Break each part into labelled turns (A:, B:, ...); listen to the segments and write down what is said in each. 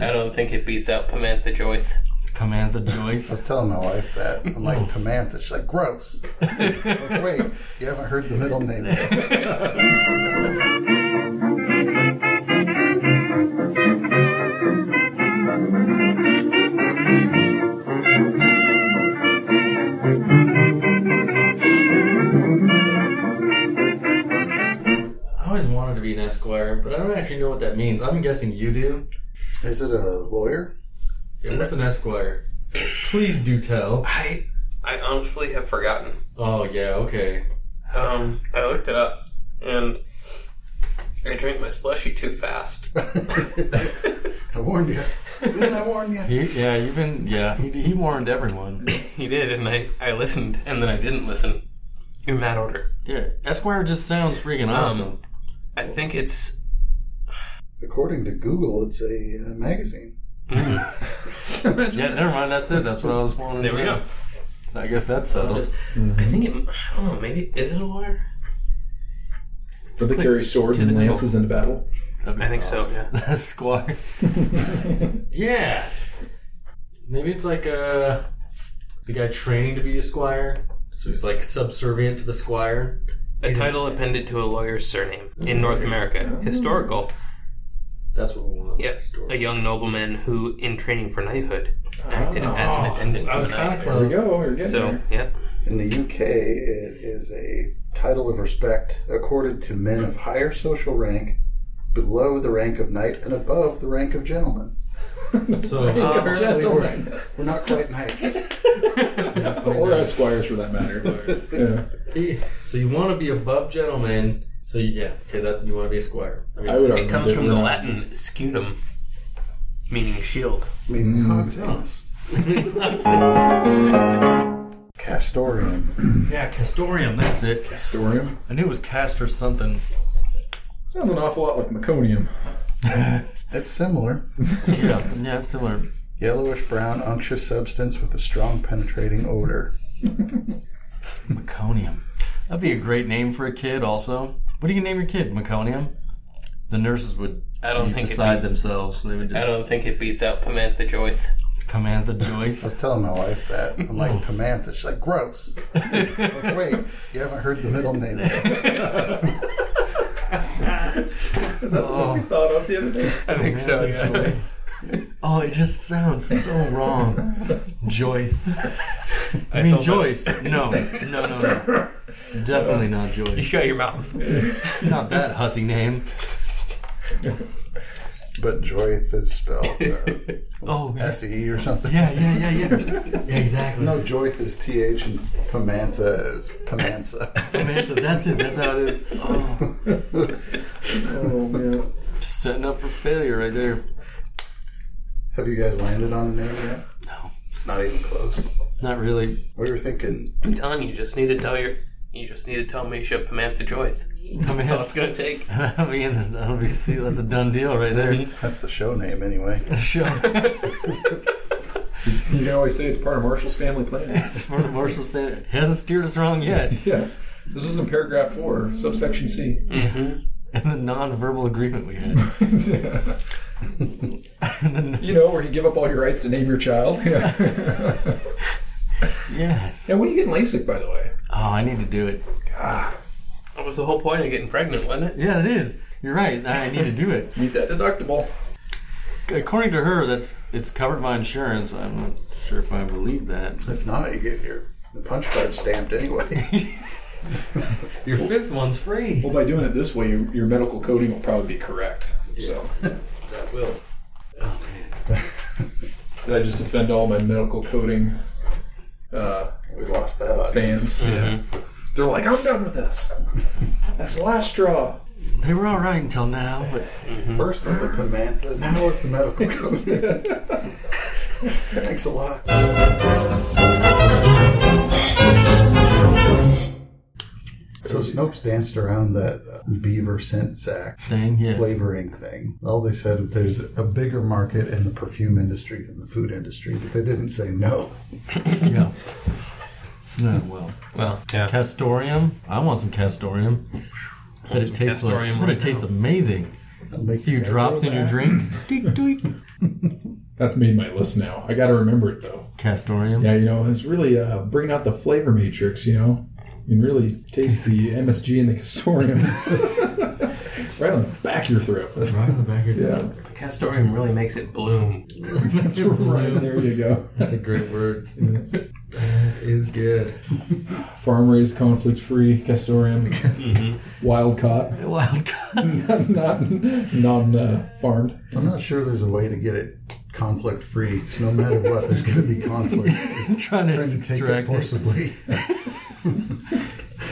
A: I don't think it beats out Pamantha Joyce.
B: Pamantha Joyce.
C: I was telling my wife that. I'm like, Pamantha. She's like, gross. I'm like, Wait, you haven't heard the middle name. yet."
D: I always wanted to be an esquire, but I don't actually know what that means. I'm guessing you do.
C: Is it a lawyer?
D: Yeah, what's an esquire? Please do tell.
A: I I honestly have forgotten.
D: Oh yeah, okay.
A: Um, I looked it up, and I drank my slushy too fast.
C: I warned you. Didn't I warn you?
B: He, yeah, you've been. Yeah, he, he warned everyone.
A: he did, and I I listened, and then I didn't listen. In that order,
B: Yeah, Esquire just sounds freaking awesome.
A: I think it's
C: According to Google, it's a uh, magazine.
B: yeah, never mind. That's it. That's what I was wanting.
A: there
B: to
A: we
B: know.
A: go.
B: So I guess that's settled.
A: I think it. I don't know. Maybe is it a lawyer?
E: But they carry swords
A: to the
E: and
A: middle.
E: lances into battle.
B: That'd be
A: I think so. Yeah.
B: awesome. Esquire.
D: Yeah. Maybe it's like uh, the guy training to be a squire, so he's like subservient to the squire.
A: A title appended to a lawyer's surname in North America. Historical.
D: That's what we want.
A: Yep.
D: Story.
A: A young nobleman who, in training for knighthood, acted as an attendant
D: I
A: to
D: was
A: the
D: kind of
A: knight.
E: There we
D: close.
E: go. We're getting
A: So,
E: there.
A: yep.
C: In the UK, it is a title of respect accorded to men of higher social rank, below the rank of knight, and above the rank of gentleman.
D: So
E: uh,
B: uh,
C: Apparently, we're, we're not quite knights.
E: or esquires for that matter. yeah.
D: he- so you want to be above gentlemen. So yeah, okay, that's you want to be a squire. I mean,
E: I would
A: It
E: argue
A: comes
E: that
A: from
E: we're
A: the
E: not-
A: Latin scutum, meaning shield.
C: I mean, Hogs Anus. Castorium.
B: Yeah, Castorium. That's it.
E: Castorium.
B: I knew it was Castor something.
E: Sounds an awful lot like meconium.
C: It's similar.
B: Yeah, yeah, similar.
C: Yellowish brown unctuous substance with a strong penetrating odor.
B: Meconium. That'd be a great name for a kid. Also, what do you name your kid? Meconium. The nurses would
A: I don't
B: be
A: think it
B: beside
A: be-
B: themselves. They would
A: I
B: just
A: don't think it beats out Pamantha Joyce.
B: command the
C: I
B: joy.
C: was telling my wife that. I'm like, Pamantha. She's like, gross. I'm like, Wait, you haven't heard the middle name. yet."
E: Is that what we thought of the other day?
A: I think so. Yeah.
B: Oh, it just sounds so wrong. Joyce. I, mean
A: told my-
B: Joyce. No, no, no, no. Definitely not
A: you
B: Joyce.
A: shut your mouth.
B: Not that hussy name.
C: But Joyth is spelled uh,
B: Oh, yeah,
C: S-E or something.
B: yeah, yeah, yeah. yeah exactly.
C: No, Joyth is T-H and Pamantha is Pamansa.
B: Man, so that's it. That's how it is. Oh,
E: Oh man.
B: setting up for failure right there.
C: Have you guys landed on a name yet?
B: No.
C: Not even close.
B: Not really.
C: We were thinking
A: I'm telling you, you just need to tell your. You just need to tell Misha Pamantha Joyce. That's all it's gonna take.
B: That'll be in the, that'll be see, that's a done deal right there.
C: that's the show name anyway.
B: The show.
E: You can always say it's part of Marshall's family plan.
B: It's for the Marshall's been hasn't steered us wrong yet.
E: yeah. This was in paragraph four, subsection C.
A: Mm-hmm.
B: And the non-verbal agreement we had.
E: you
B: And the non-
E: know, where you give up all your rights to name your child. Yeah.
B: yes.
E: yeah. When are you getting LASIK, by the way?
B: Oh, I need to do it.
A: That was the whole point of getting pregnant, wasn't it?
B: Yeah, it is. You're right. I need to do it.
E: Meet that deductible.
B: According to her, that's it's covered by insurance. I'm not sure if I believe that.
C: If not, you get your the punch card stamped anyway.
B: Your fifth one's free.
E: Well, by doing it this way, your, your medical coding will probably be correct. So.
D: that will.
E: Did I just offend all my medical coding uh,
C: we lost that audience.
E: fans? They're like, I'm done with this. That's the last straw.
B: They were all right until now, but
C: First with the Pamantha, now with the medical code. Thanks a lot. So Snopes danced around that uh, beaver scent sack
B: dang, yeah.
C: flavoring thing. All they said was there's a bigger market in the perfume industry than the food industry, but they didn't say no.
B: Yeah. No, well.
A: Well, yeah.
B: Castorium. I want some castorium. But it tastes like
A: castorium
B: but
A: right
B: it tastes
A: now.
B: amazing.
C: I'll make
B: A few
C: guys
B: drops
C: go
B: in your
C: back.
B: drink. Deek, deek.
E: That's made my list now. I got to remember it though.
F: Castorium.
E: Yeah, you know, it's really uh, bringing out the flavor matrix. You know, and really taste the MSG and the castorium right on the back of your throat.
F: Right on the back of your
E: Yeah,
A: The castorium really makes it bloom.
E: that's right. There you go.
B: That's a great word. That is good.
E: Farm raised, conflict free castorium, wild caught,
F: Wild card.
E: not non uh, farmed.
C: I'm not sure there's a way to get it conflict free. No matter what, there's going to be conflict.
F: trying to
C: Trying to take it
F: extract it.
C: forcibly.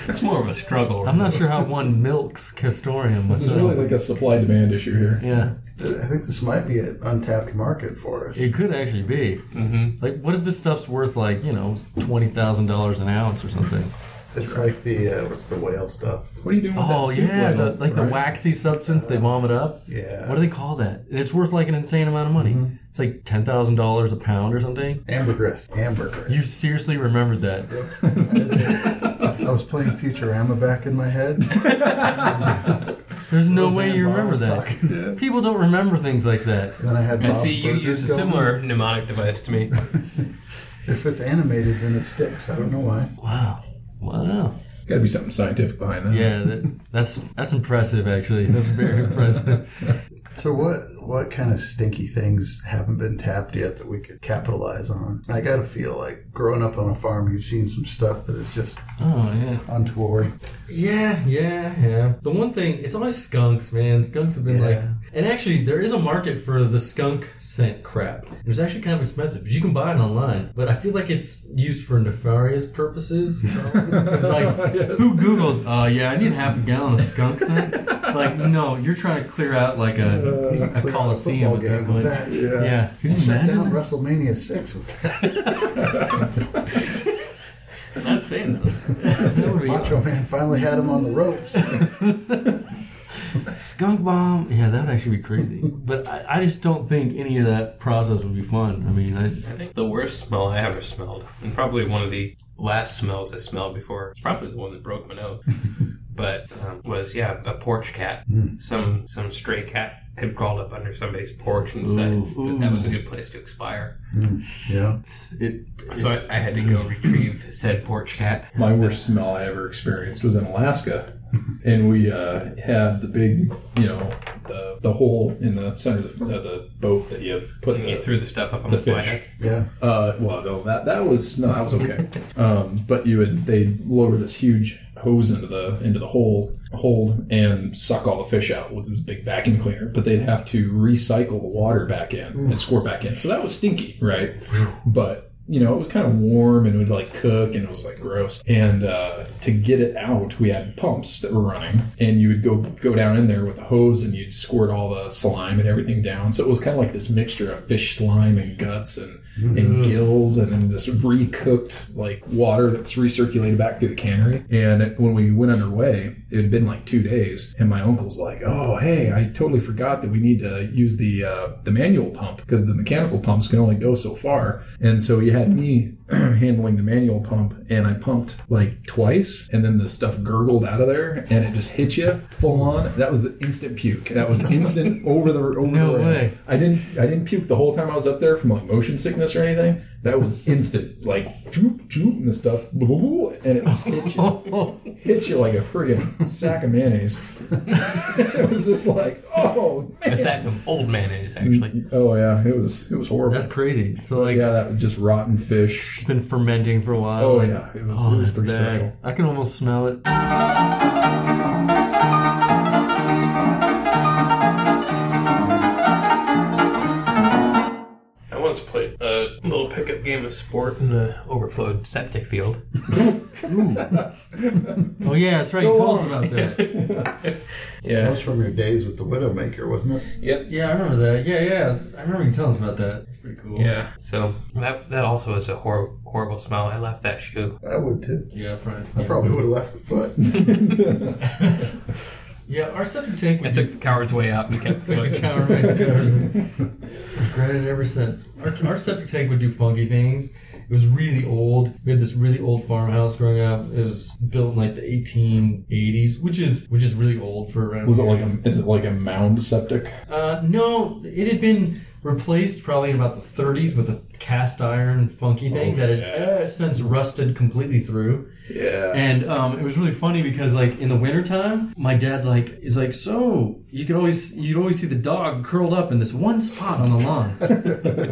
A: It's more of a struggle.
F: I'm not sure how one milks Castorium.
E: This is really like a supply demand issue here.
F: yeah,
C: I think this might be an untapped market for it.
F: it could actually be.
A: Mm-hmm.
F: Like, what if this stuff's worth like you know twenty thousand dollars an ounce or something?
C: It's like the uh, what's the whale stuff?
E: What are you doing with
F: Oh
E: that soup
F: yeah,
E: ladle,
F: the, like the
E: right?
F: waxy substance they vomit up.
C: Yeah,
F: What do they call that? And it's worth like an insane amount of money. It's like ten thousand dollars a pound or something.
C: ambergris. Ambergris.
F: You seriously remembered that?
C: I was playing Futurama back in my head.
F: There's no way
C: Roseanne
F: you
C: Barr
F: remember
C: was
F: that.
C: talking.
F: People don't remember things like that.
C: Then I had.
A: I
C: Bob's
A: see you
C: Burgers
A: use a
C: going.
A: similar mnemonic device to me.
C: If it's animated, then it sticks. I don't know why.
F: Wow. Wow.
E: Got to be something scientific behind that.
F: Yeah, that, that's that's impressive. Actually, that's very impressive.
C: So what what kind of stinky things haven't been tapped yet that we could capitalize on? I gotta feel like growing up on a farm, you've seen some stuff that is just
F: Oh yeah.
C: untoward.
B: Yeah, yeah, yeah. The one thing, it's always skunks, man. Skunks have been
C: Yeah.
B: like. And actually, there is a market for the skunk scent crap. It was actually kind of expensive, but you can buy it online. But I feel like it's used for nefarious purposes. it's like,
F: Who Google's? Oh yeah, I need half a gallon of skunk scent. like no, you're trying to clear out like a
C: You can
F: a
C: clear out
F: coliseum
C: Uh,
F: at
C: football
F: that
C: game with
F: point.
C: that.
E: Yeah.
F: Yeah. Could you
C: Shut
F: imagine?
C: down WrestleMania six with that.
A: That's saying something.
F: That would be
C: Macho Man finally had him on the ropes.
F: skunk bomb. Yeah, that would actually be crazy. But I, I just don't think any of that process would be fun. I mean, I,
A: I think the worst smell I ever smelled, and probably one of the last smells I smelled before, it's probably the one that broke my nose, but um, was, yeah, a porch cat.
E: Hmm.
A: Some some stray cat had crawled up under somebody's porch and decided
F: Ooh,
A: that that
F: ooh.
A: was a good place to expire.
C: yeah.
F: it's, it
A: So I, I had to go retrieve said porch cat.
E: Hmm. My worst smell I ever experienced was in Alaska. And we uh, had the big, you know, the, the hole in the center of the, uh, the boat that you put
A: And you
E: the,
A: threw the stuff up on
E: the
A: the, fly
E: fish.
A: deck.
C: Yeah.
E: Uh, well, no, that that was no, that was okay. um, but you would they lower this huge hose into the into the hole hold and suck all the fish out with this big vacuum cleaner. But they'd have to recycle the water back in and squirt back in. So that was stinky, right? but you know it was kind of warm and it would like cook and it was like gross. And uh, to get it out, we had pumps that were running, and you would go go down in there with a hose and you'd squirt all the slime and everything down. So it was kind of like this mixture of fish slime and guts and
F: Mm-hmm.
E: and gills and then this recooked like water that's recirculated back through the cannery. And it- when we went underway, it had been like two days, and my uncle's like, "Oh, hey, I totally forgot that we need to use the uh, the manual pump because the mechanical pumps can only go so far." And so you had me handling the manual pump, and I pumped like twice, and then the stuff gurgled out of there, and it just hit you full on. That was the instant puke. That was instant over the over
F: No
E: the rim.
F: way.
E: I didn't I didn't puke the whole time I was up there from like motion sickness or anything. That was instant, like choop choop and the stuff, blah, blah, blah, and it just hit you, hit you like a friggin' sack of mayonnaise. it was just like, oh
A: A
E: man,
A: sack of old mayonnaise, actually.
E: oh yeah, it was it was horrible.
F: that's crazy. So like
E: yeah, that was just rotten fish.
F: it's been fermenting for a while.
E: Oh yeah, it was it was
F: that's
E: pretty
F: bad.
E: special.
F: I can almost smell it.
A: I once played a little pickup game of sport in an overflowed septic field.
F: Oh yeah, that's right. You
E: Go
F: told us
E: on.
F: about that.
C: That
E: Yeah,
C: was from your days with the Widowmaker, wasn't it?
B: yeah, I remember that. Yeah, yeah. I remember you telling us about that. It's pretty cool.
A: Yeah. So that that also is a hor- horrible smell. I left that shoe.
C: I would too.
B: Yeah, probably.
C: I
B: yeah.
C: probably would have left the foot.
B: Yeah, our septic tank
A: I took the coward's way out and kept
B: Like the counter Regretted it ever since. Our, our septic tank would do funky things. It was really old. We had this really old farmhouse growing up. It was built in like the 1880s, which is which is really old for around.
E: was it
B: here.
E: like a is it like a mound septic?
B: Uh, no, it had been replaced probably in about the 30s with a cast iron funky thing
E: Oh,
B: that had uh, since rusted completely through.
E: Yeah.
B: And um, it was really funny because like in the wintertime, my dad's like is like so you could always you'd always see the dog curled up in this one spot on the lawn.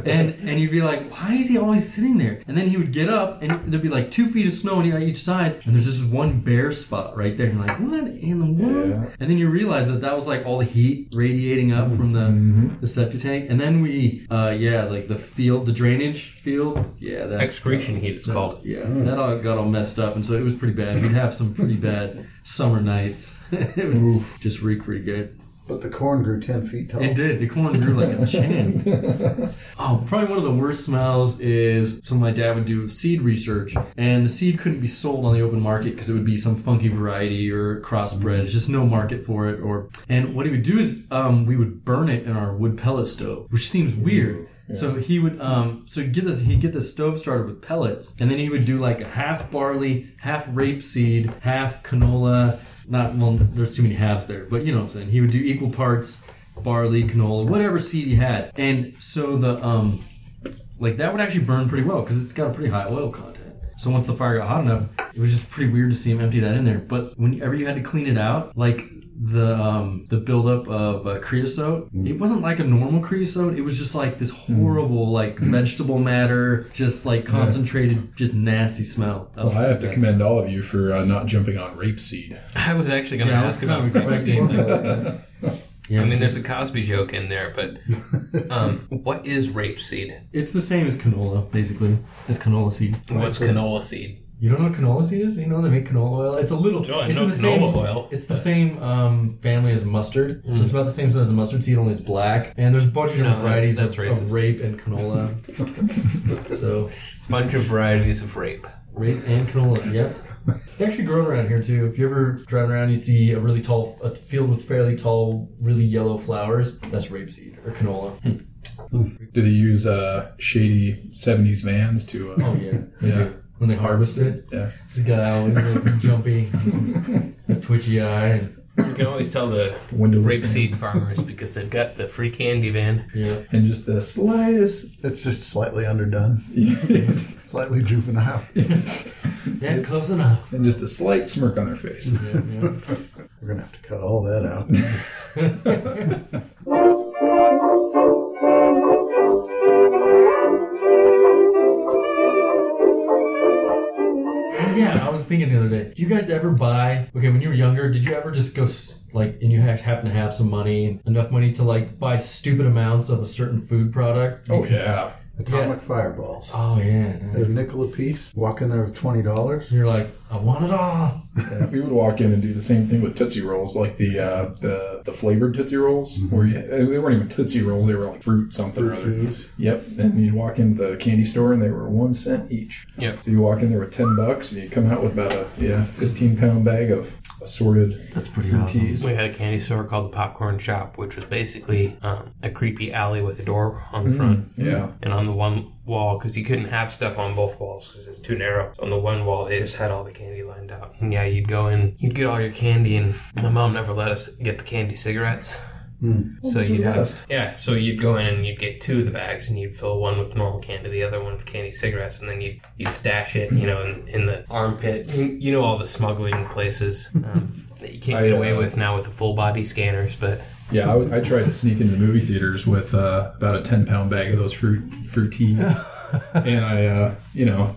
B: and and you'd be like, why is he always sitting there? And then he would get up and there'd be like two feet of snow on each side and there's just one bare spot right there. And you're like, what in the world? And then you realize that that was like all the heat radiating up from the, the septic tank. And then we uh yeah, like the field the drainage field. Yeah, that
A: Excretion heat, it's called.
B: yeah, that all got all messed up, and so it was pretty bad. We'd have some pretty bad summer nights. it would just reek pretty good.
C: But the corn grew 10 feet tall.
B: It did. The corn grew like a chin. oh, probably one of the worst smells is so my dad would do seed research, and the seed couldn't be sold on the open market because it would be some funky variety or crossbred. There's just no market for it. Or and what he would do is um, we would burn it in our wood pellet stove, which seems weird. So he would um so he'd get this he'd get this stove started with pellets and then he would do like a half barley, half rapeseed, half canola. Not well, there's too many halves there, but you know what I'm saying. He would do equal parts barley, canola, whatever seed he had. And so the um like that would actually burn pretty well because it's got a pretty high oil content. So once the fire got hot enough, it was just pretty weird to see him empty that in there. But whenever you had to clean it out, like the um, the buildup of uh, creosote,
E: Mm.
B: it wasn't like a normal creosote. It was just like this horrible like
E: Mm.
B: vegetable matter, just like concentrated, just nasty smell. That was
E: Well, I have to
B: nasty.
E: commend all of you for uh, not jumping on rapeseed.
A: I was actually going to
B: Yeah, I was
A: ask about
B: kind of
A: the
B: expecting
A: same thing.
B: Yeah.
A: I mean, there's a Cosby joke in there, but um, what is rapeseed?
B: it's the same as canola, basically. It's canola seed.
A: What's canola seed?
B: You don't know what canola seed is? You know they make canola oil. It's a little.
A: No, I
B: it's
A: know
B: in the same,
A: canola oil, Mm.
B: It's the same um, family as mustard, so it's about the same size as mustard seed, only it's black. And there's a bunch of different
A: No, that's-
B: varieties
A: that's
B: of, of
A: racist.
B: rape and canola. so
A: Bunch of varieties of rape.
B: rape and canola. Yep. They actually grow around here too. If you ever drive around, you see a really tall a field with fairly tall, really yellow flowers. That's rapeseed or canola.
A: Hmm.
E: Do they use uh, shady '70s vans to? Uh,
B: Oh yeah.
E: Yeah.
B: When they harvest it,
E: Yeah.
B: it's got out really jumpy, a twitchy eye.
A: You can always tell the
E: Windows
A: rapeseed farmers because they've got the free candy van.
B: Yeah.
E: and just the slightest.
C: It's just slightly underdone,
E: and
C: slightly juvenile.
B: Yeah, close enough.
E: just a slight smirk on their face.
C: We're going to have to cut all that out.
B: Yeah, I was thinking the other day. Do you guys ever buy? Okay, when you were younger, did you ever just go s- like, and you ha- happen to have some money, enough money to like buy stupid amounts of a certain food product?
E: Oh yeah.
C: Atomic fireballs.
B: Oh yeah.
C: At a
B: nice.
C: nickel a piece, walk in there with $20.
B: You're like, I want it all.
E: Yeah, we would walk in and do the same thing with Tootsie Rolls, like the uh, the the flavored Tootsie Rolls, where you, they weren't even Tootsie Rolls; they were like fruit something or other.
C: Keys.
E: Yep. And you'd walk into the candy store, and they were one cent each.
A: Yep.
E: So you walk in there with ten bucks, and you come out with about a yeah fifteen pound bag of assorted
B: That's pretty
E: teas.
A: We had a candy store called the Popcorn Shop, which was basically um, a creepy alley with a door on the front.
E: Yeah.
A: And on the one wall, because you couldn't have stuff on both walls because it's too narrow. So on the one wall, they just had all the candy lined out. And yeah, you'd go in, you'd get all your candy, and my mom never let us get the candy cigarettes. So you'd have, yeah. So you'd go in and you'd get two of the bags, and you'd fill one with mall candy, the other one with candy cigarettes, and then you'd you'd stash it, you know, in, in the armpit. You, you know all the smuggling places um, that you can't
E: I,
A: get away
E: uh,
A: with now with the full body scanners, but
E: Yeah, I, would- I tried to sneak into movie theaters with uh, about a ten pound bag of those fruit fruit teas, and I, uh, you know,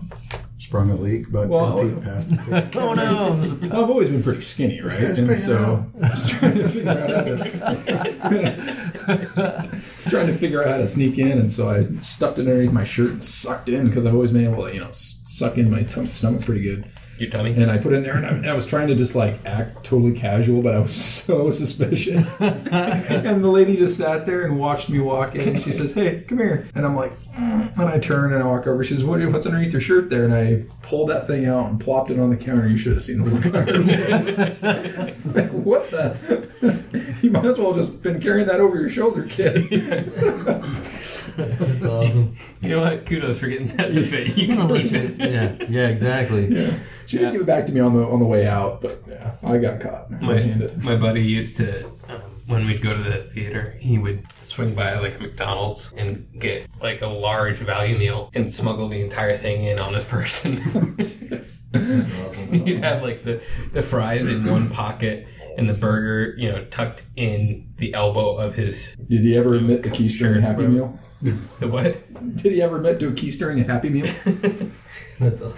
C: Sprung a leak about
E: Well-
C: 10 feet past the ticket.
B: Oh no. there's a-
E: I've always been pretty skinny, right?
C: guy's
E: And
C: big
E: so I was trying to figure out how to, I was trying to figure out how to sneak in, and so I stuffed it underneath my shirt and sucked in because I've always been able to, you know, s- suck in my tum- stomach pretty good.
A: your tummy.
E: And I put it in there, and I, and I was trying to just like act totally casual, but I was so suspicious. and the lady just sat there and watched me walk in. She says, "Hey, come here," and I'm like, "Mm." and I turn and I walk over. She says, "What? What's underneath your shirt there?" And I pulled that thing out and plopped it on the counter. You should have seen the look on her face. like, what the? you might as well have just been carrying that over your shoulder, kid.
B: That's awesome.
A: You know what? Kudos for getting that to fit. You
B: I'm
A: can
B: gonna
A: keep
B: let
A: it.
B: you- Yeah. Yeah. Exactly.
E: She didn't give it back to me on the on the way out, but yeah, I got caught.
A: My,
E: red-handed.
A: my buddy used to um, when we'd go to the theater, he would swing by like a McDonald's and get like a large value meal and smuggle the entire thing in on his person. You'd have like the, the fries in one pocket and the burger, you know, tucked in the elbow of his
E: Did he ever admit to keystering a Happy Meal?
A: the what?
E: Did he ever admit to a keystering a Happy Meal?
B: That's awesome.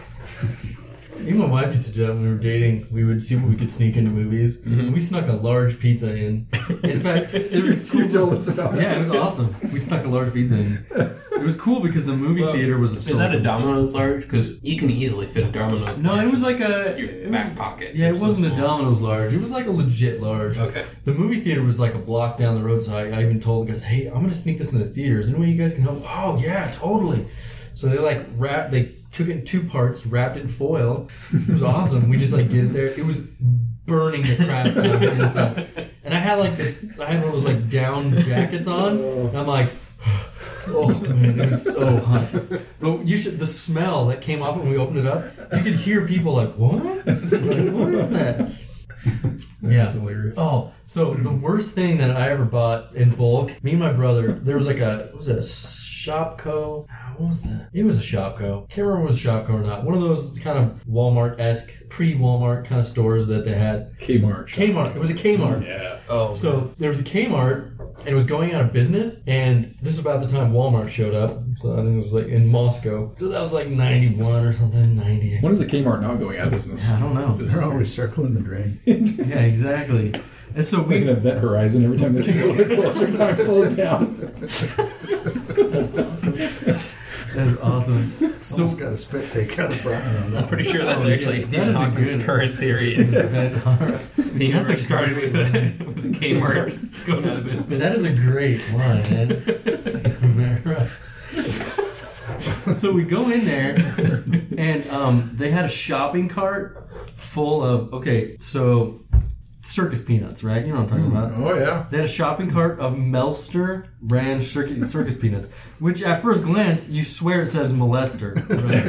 B: Even my wife used to do that when we were dating. We would see what we could sneak into movies. We snuck a large pizza in. In fact, it was
E: you
B: cool.
E: told us about that.
B: Yeah, it was awesome. We snuck a large pizza in. It was cool because the movie theater was.
A: Is that a Domino's large? Because you can easily fit a Domino's.
B: No,
A: large
B: it was like
A: in
B: a.
A: your
B: It
A: back
B: was,
A: pocket.
B: yeah, it
A: It's
B: wasn't
A: so
B: a
A: small.
B: Domino's large. It was like a legit large.
A: Okay.
B: The movie theater was like a block down the road, so I, I even told the guys, "Hey, I'm gonna sneak this into the theater. Is there any way you guys can help?" Oh yeah, totally. So they like wrapped, they took it in two parts, wrapped it in foil. It was awesome. We just like get it there. It was burning the crap out of me inside. And I had like this, I had one of those like down jackets on, and I'm like. Oh man, it was so hot. But you should the smell that came off when we opened it up. You could hear people like, "What? Like, what is that?" Yeah,
E: That's hilarious.
B: Oh, so the
E: Hmm.
B: worst thing that I ever bought in bulk, me and my brother, there was like a, what was it, a Shopco? What was that? It was a Shopco. Can't remember if it was Shopco or not. One of those kind of Walmart esque, pre Walmart kind of stores that they had.
E: Kmart. shop.
B: Kmart. It was a Kmart.
E: Yeah.
A: Oh,
B: So there was a Kmart, and it was going out of business. And this is about the time Walmart showed up. So I think it was like in Moscow. So that was like '91 or something. '90.
E: When is the Kmart not going out of business?
B: I don't know.
C: They're always circling the drain.
B: Yeah, exactly. And so
E: It's like an
B: we.
E: event horizon every time they get a little closer, time slows down.
B: That's awesome. So
C: Almost got a spit take out of Brian on that.
A: pretty sure that's
B: Oh, yeah.
A: actually
B: That
A: Stephen
B: is a
A: Hawking's
B: good-
A: current theory. Is the universe
B: That's a
A: started with the, with the Kmart going out of business.
B: That is a great line, man. so we go in there, and um, they had a shopping cart full of okay, so circus peanuts, right? You know what I'm talking about.
E: Oh yeah.
B: They had a shopping cart of Melster brand circus, circus peanuts, which at first glance you swear it says molester. Right?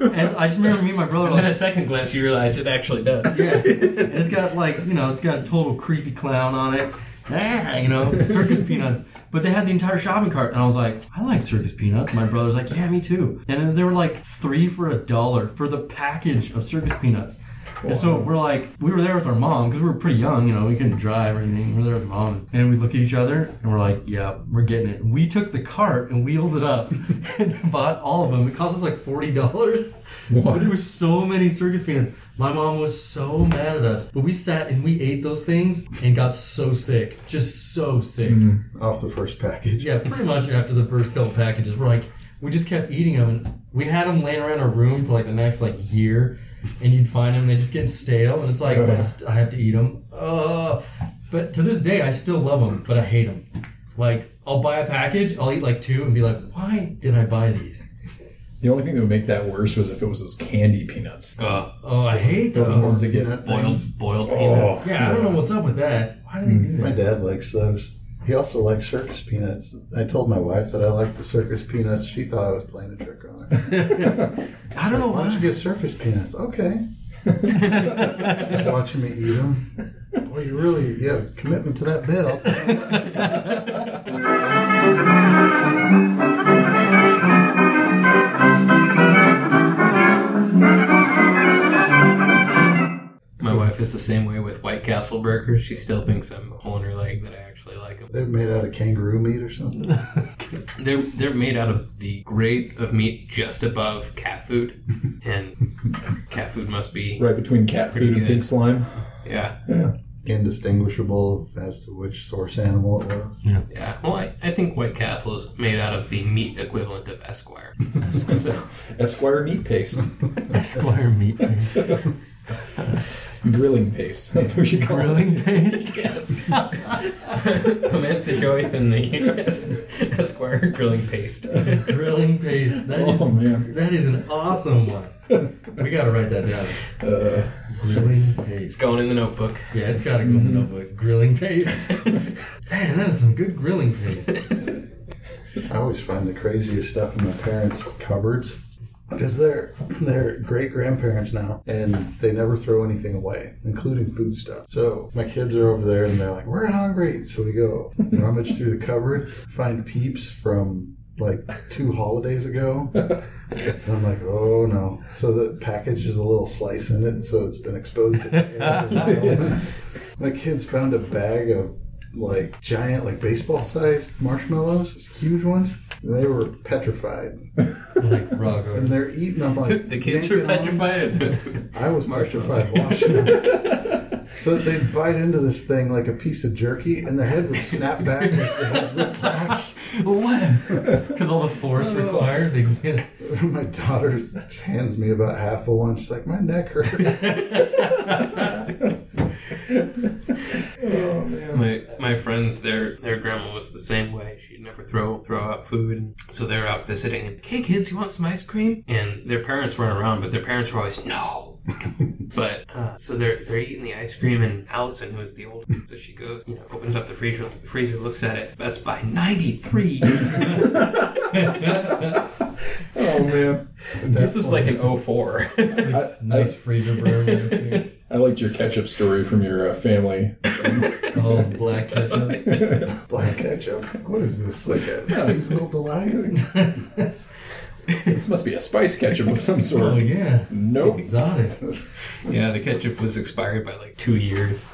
B: and I just remember me and my brother
A: And then
B: like,
A: at second glance, you realize it actually does.
B: yeah. And it's got like you know, it's got a total creepy clown on it. Ah, you know, circus peanuts. But they had the entire shopping cart, and I was like, I like circus peanuts. My brother's like, Yeah, me too. And then they were like three for a dollar for the package of circus peanuts. And so we're like, we were there with our mom because we were pretty young, you know, we couldn't drive or anything. We were there with mom, and we look at each other and we're like, yeah, we're getting it. We took the cart and wheeled it up and bought all of them. It cost us like forty dollars. But it was so many circus peanuts. My mom was so mad at us. But we sat and we ate those things and got so sick. Just so sick.
C: Off the first package.
B: Yeah, pretty much after the first couple packages, we're like, we just kept eating them. And we had them laying around our room for like the next like year. And you'd find them and they just get stale. And it's like,
E: Ugh.
B: I st- I have to eat them. Uh, but to this day, I still love them, but I hate them. Like, I'll buy a package, I'll eat like two and be like, why did I buy these?
E: The only thing that would make that worse was if it was those candy peanuts.
A: Uh,
B: Oh, I hate
E: Those
B: those.
E: ones that get
C: Peanut
A: boiled
C: things.
A: boiled
E: Oh.
A: peanuts.
B: Yeah, I don't know what's up with that. Why do they do
C: My
B: that?
C: dad likes those. He also likes circus peanuts. I told my wife that I liked the circus peanuts. She thought I was playing a trick on her.
E: Mm.
B: I don't know
C: Why don't
B: why.
C: you get circus peanuts? Okay. Just watching me eat them. Boy, you really, yeah, commitment to that bit. I'll tell you.
A: My wife is the same way with White Castle burgers. She still thinks I'm holding her leg that I actually like them.
C: They're made out of kangaroo meat or something.
A: They're they're made out of the grade of meat just above cat food, and cat food must be
E: right between cat
A: Pretty
E: food and
A: good.
E: pig slime.
A: yeah
C: Indistinguishable as to which source animal it was.
A: yeah. Well, I, I think White Castle is made out of the meat equivalent of Esquire. so
E: Esquire meat paste.
B: Esquire meat paste.
E: Grilling paste. That's what you call it.
B: Grilling paste?
A: yes, Pimenta Joy and the Es- Esquire grilling paste.
B: Grilling paste. That is
E: Oh man.
B: that is an awesome one. We gotta write that down.
E: Uh,
B: Grilling
A: It's
B: paste.
A: going in the notebook.
B: Yeah, it's gotta go in the notebook. Grilling paste. Man, that is some good grilling paste.
C: I always find the craziest stuff in my parents' cupboards. because they're they're great grandparents now, and they never throw anything away, including food stuff. So my kids are over there, and they're like, "We're hungry," so we go rummage through the cupboard, find peeps from like two holidays ago, and I'm like, "Oh no!" So the package is a little slice in it, so it's been exposed to air and elements. My kids found a bag of like giant, like baseball sized marshmallows, these huge ones. And they were petrified.
B: Like raw goat.
C: And they're eating them like
A: The kids
C: naked
A: were
C: on-
A: petrified. At the,
C: I was
A: Marshmallows.
C: petrified watching them. So they would bite into this thing like a piece of jerky, and their head would snap back. like they had whiplash.
B: Because all the force
E: Oh.
B: required, they can get it.
C: My daughter just hands me about half a one. She's like, "My neck hurts."
A: my my friends, their their grandma was the same way. She'd never throw throw out food, and so they're out visiting. And, hey, kids, you want some ice cream? And their parents weren't around, but their parents were always no. But uh, so they're they're eating the ice cream, and Allison, who is the oldest, so she goes, you know, opens up the freezer, freezer looks at it. Best Buy ninety three.
E: Oh man, this was like an 04.
B: It's nice freezer burn. and everything.
E: I liked your ketchup story from your uh, family.
B: All Oh, black ketchup.
C: Black ketchup. What is this? Like a seasonal delight?
E: This must be a spice ketchup of some sort.
B: Oh yeah,
E: Nope.
B: exotic.
A: yeah, the ketchup was expired by like two years.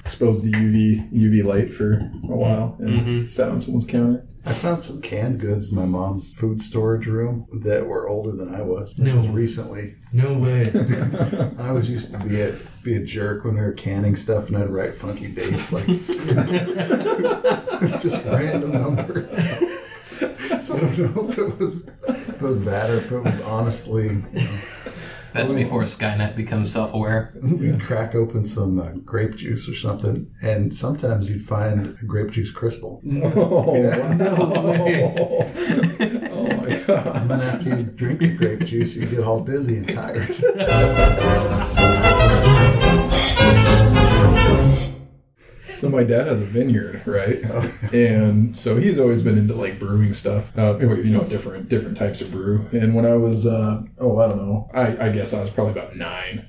E: Exposed to UV UV light for a while and
B: Mm-hmm.
E: sat on someone's counter.
C: I found some canned goods in my mom's food storage room that were older than I was. This
B: No.
C: was recently.
B: No way.
C: I always used to be a be a jerk when they were canning stuff, and I'd write funky dates like just random numbers. So I don't know if it was if it was that or if it was honestly you know,
A: That's before Skynet becomes self aware.
C: we'd crack open some uh, grape juice or something, and sometimes you'd find a grape juice crystal.
E: Oh, wow. oh my god.
C: And then after you drink the grape juice, you get all dizzy and tired.
E: So my dad has a vineyard, right? and so he's always been into like brewing stuff. Uh, anyway, you know, different different types of brew. And when I was, uh, oh, I don't know, I, I guess I was probably about nine.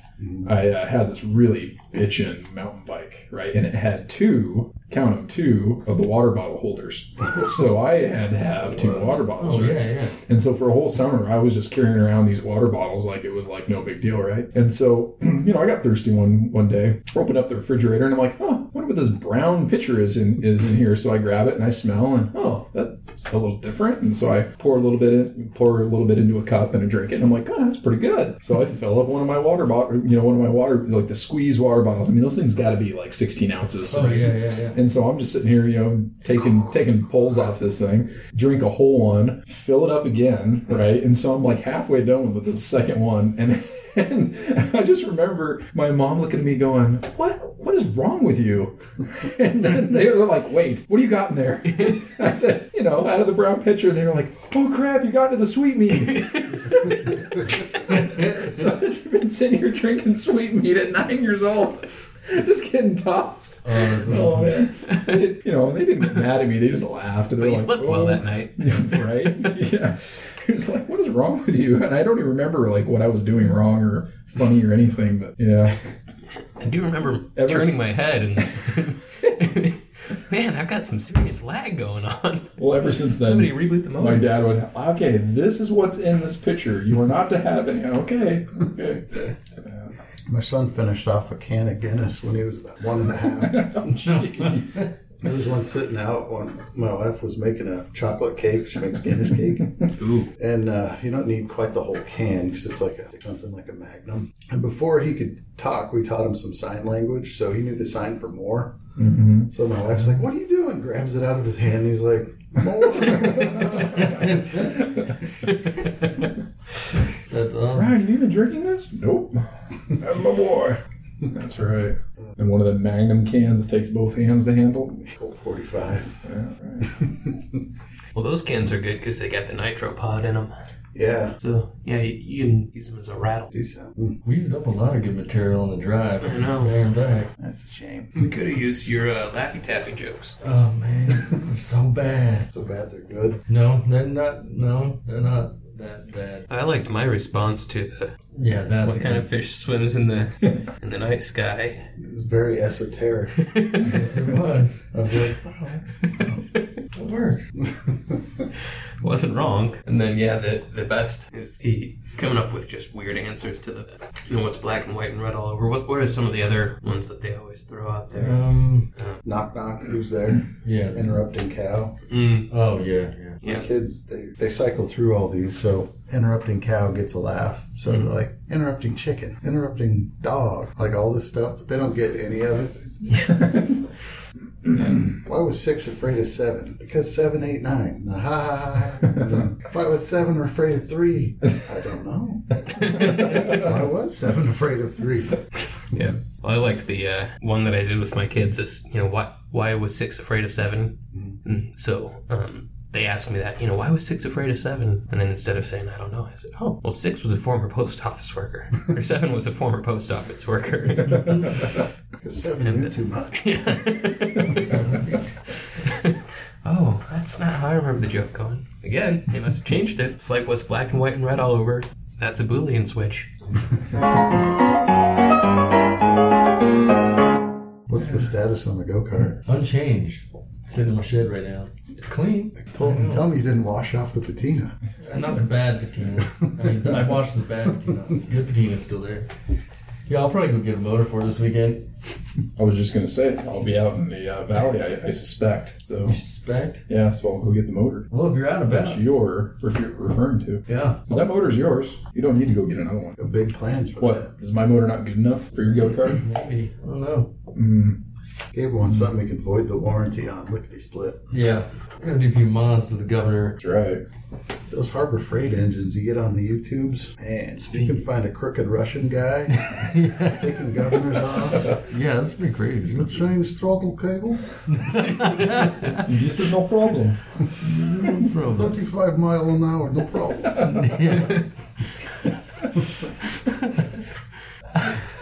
E: I uh, had this really bitchin' mountain bike, right? And it had two, count them, two of the water bottle holders. so I had to have two water bottles.
B: Oh
E: right?
B: yeah, yeah.
E: And so for a whole summer, I was just carrying around these water bottles like it was like no big deal, right? And so, you know, I got thirsty one one day, opened up the refrigerator, and I'm like, oh, wonder what this brown pitcher is in is in here. So I grab it and I smell, and oh, that's a little different. And so I pour a little bit in, pour a little bit into a cup, and I drink it. And I'm like, oh, that's pretty good. So I fill up one of my water bottles, you know, one of my water like the squeeze water bottles. I mean, those things got to be like 16 ounces,
B: Oh
E: right?
B: yeah, yeah, yeah.
E: And so I'm just sitting here, you know, taking taking pulls off this thing, drink a whole one, fill it up again, right? And so I'm like halfway done with the second one, and, and I just remember my mom looking at me going, "What? What is wrong with you?" And then they were like, "Wait, what do you got in there?" And I said, "You know, out of the brown pitcher." And they were like, "Oh crap, you got into the sweet meat." so I've been sitting here drinking sweet meat at nine years old, just getting tossed.
B: Oh, that's
E: Oh
B: awesome.
E: man, They- you know they didn't get mad at me. They just laughed. And
A: But
E: they're
A: you
E: like,
A: slept well that night.
E: night, right? yeah, they're just like, "What is wrong with you?" And I don't even remember like what I was doing wrong or funny or anything. But yeah,
A: I do remember
E: Ever
A: turning
E: s-
A: my head and man, I've got some serious lag going on.
E: well, ever since then,
A: Somebody reboot the
E: my
A: motor.
E: dad would. Okay, this is what's in this picture. You are not to have it. Okay, okay.
C: My son finished off a can of Guinness when he was about one and a half.
E: Jeez.
C: There was one sitting out when my wife was making a chocolate cake. She makes Guinness cake.
A: Ooh.
C: And uh, you don't need quite the whole can because it's like a, something like a magnum. And before he could talk, we taught him some sign language. So he knew the sign for more. So my wife's like, What are you doing? Grabs it out of his hand. And he's like, More.
B: That's awesome.
E: Brian, have you been drinking this? Nope. That's my boy. That's right. And one of the Magnum cans that takes both hands to handle.
C: Colt 45.
E: Yeah, right.
A: Well, those cans are good because they got the nitro pod in them.
C: Yeah.
A: So yeah, you, you can use them as a rattle.
C: Do so. Mm,
B: We used up a lot of good material on the drive.
A: I know.
B: There and back.
C: Hmm, That's a shame.
A: We could have used your uh, laffy taffy jokes.
B: Oh man, so bad.
C: So bad they're good.
B: No, they're not. No, they're not that bad.
A: I I liked my response to the
B: Yeah, that's
A: what kind of fish swims in the in the night sky.
C: It's very esoteric.
B: it was.
C: I was like, wow, that's
B: It works.
A: Wasn't wrong. And then yeah, the the best is he coming up with just weird answers to the you know what's black and white and red all over. What what are some of the other ones that they always throw out there?
B: Um.
C: knock knock. Who's there?
B: Yeah.
C: Interrupting cow.
A: Mm,
B: Oh yeah. Yeah.
A: yeah.
C: Kids, they, they cycle through all these. So interrupting cow gets a laugh. So they're like interrupting chicken, interrupting dog, like all this stuff, but they don't get any of it. Why was six afraid of seven? Because seven, eight, nine. Ha ha ha. ha. And then, Why was seven afraid of three? I don't know.
A: Mm.
C: Why was seven afraid of three?
A: Yeah. Well, I liked the uh, one that I did with my kids. Is you know why why was six afraid of 7 And so um, they asked me that. You know why was six afraid of seven? And then instead of saying I don't know, I said, Oh, well, six was a former post office worker, or seven was a former post office worker.
C: Because seven knew too much.
A: oh, that's not how I remember the joke going. Again, they must have changed it. It's like what's black and white and red all over. That's a boolean switch.
C: What's the status on the go kart?
B: Unchanged. Sitting in my shed right now. It's clean.
C: Tell, tell me you didn't wash off the patina.
B: Not the bad patina. I mean, I watched the bad patina. The good patina's still there. Yeah, I'll probably go get a motor for it this weekend.
E: I was just gonna say I'll be out in the uh, valley. I, I suspect. So
B: You suspect?
E: yeah, so I'll go get the motor.
B: Well, if you're out and
E: That's
B: about.
E: your if you're referring to.
B: Yeah.
E: 'Cause That motor's yours. You don't need to go get another one.
C: Got big plans for that.
E: What is my motor not good enough for your go kart?
B: Maybe. I don't know.
E: Mm,
C: Gabe wants something he can void the warranty on. Lickety split.
B: Yeah. I'm gonna do a few mods to the governor.
E: that's right.
C: Those Harbor Freight engines you get on the YouTubes, man, if you can find a crooked Russian guy taking governors off,
B: Yeah, that's pretty crazy.
C: you change throttle cable,
E: This is no problem.
C: 35 mile an hour, no problem.
B: Yeah.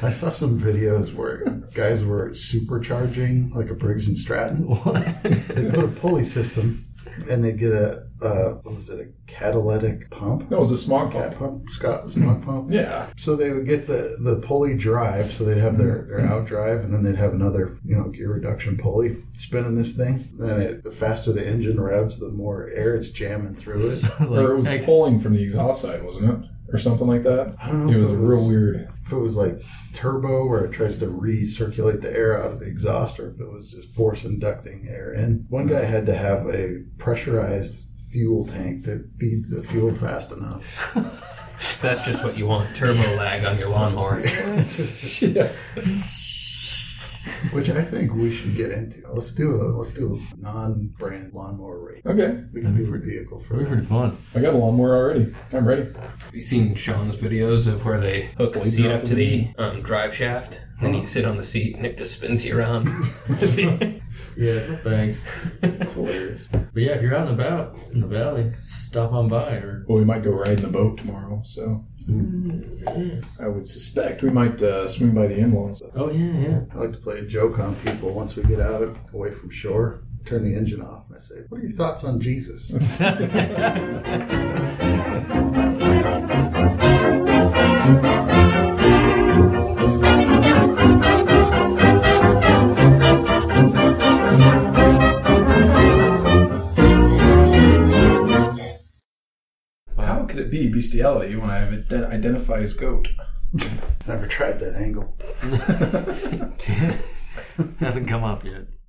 C: I saw some videos where guys were supercharging like a Briggs and Stratton. They put a pulley system and they get a, uh, what was it, a catalytic pump?
E: No, it's a smog
C: Cat
E: cap.
C: pump? Scott, smog pump?
E: Yeah,
C: So they would get the, the pulley drive, so they'd have their, their out drive, and then they'd have another, you know, gear reduction pulley spinning this thing. Then it, the faster the engine revs, the more air it's jamming through it.
E: or it was
B: Like,
E: pulling from the exhaust side, wasn't it, or something like that?
C: I don't know
E: It
C: if
E: was
C: it
E: real
C: was-
E: weird.
C: If it was like turbo, where it tries to recirculate the air out of the exhaust, or if it was just force inducting air in. One guy had to have a pressurized fuel tank that feeds the fuel fast enough.
A: So that's just what you want: turbo lag on your lawnmower.
E: yeah.
C: Which I think we should get into. Let's do a let's do a non-brand lawnmower rate.
E: Okay,
C: We can do a vehicle for that.
B: pretty fun.
E: I got a lawnmower already. I'm ready.
A: Have you seen Sean's videos of where they hook a
E: Blade
A: seat
E: drop
A: up to the um, drive shaft and you sit on the seat and it just spins you around? See?
B: Yeah. Thanks.
E: That's hilarious.
B: But yeah, if you're out and about in the valley, stop on by or
E: Well, we might go ride in the boat tomorrow, so I would suspect we might uh, swing by the in-laws.
B: oh yeah, yeah.
C: I like to play a joke on people once we get out of- away from shore. Turn the engine off, and I say, "What are your thoughts on Jesus?"
E: How could it be bestiality when I ident- identify as goat?
C: Never tried that angle.
F: Hasn't come up yet.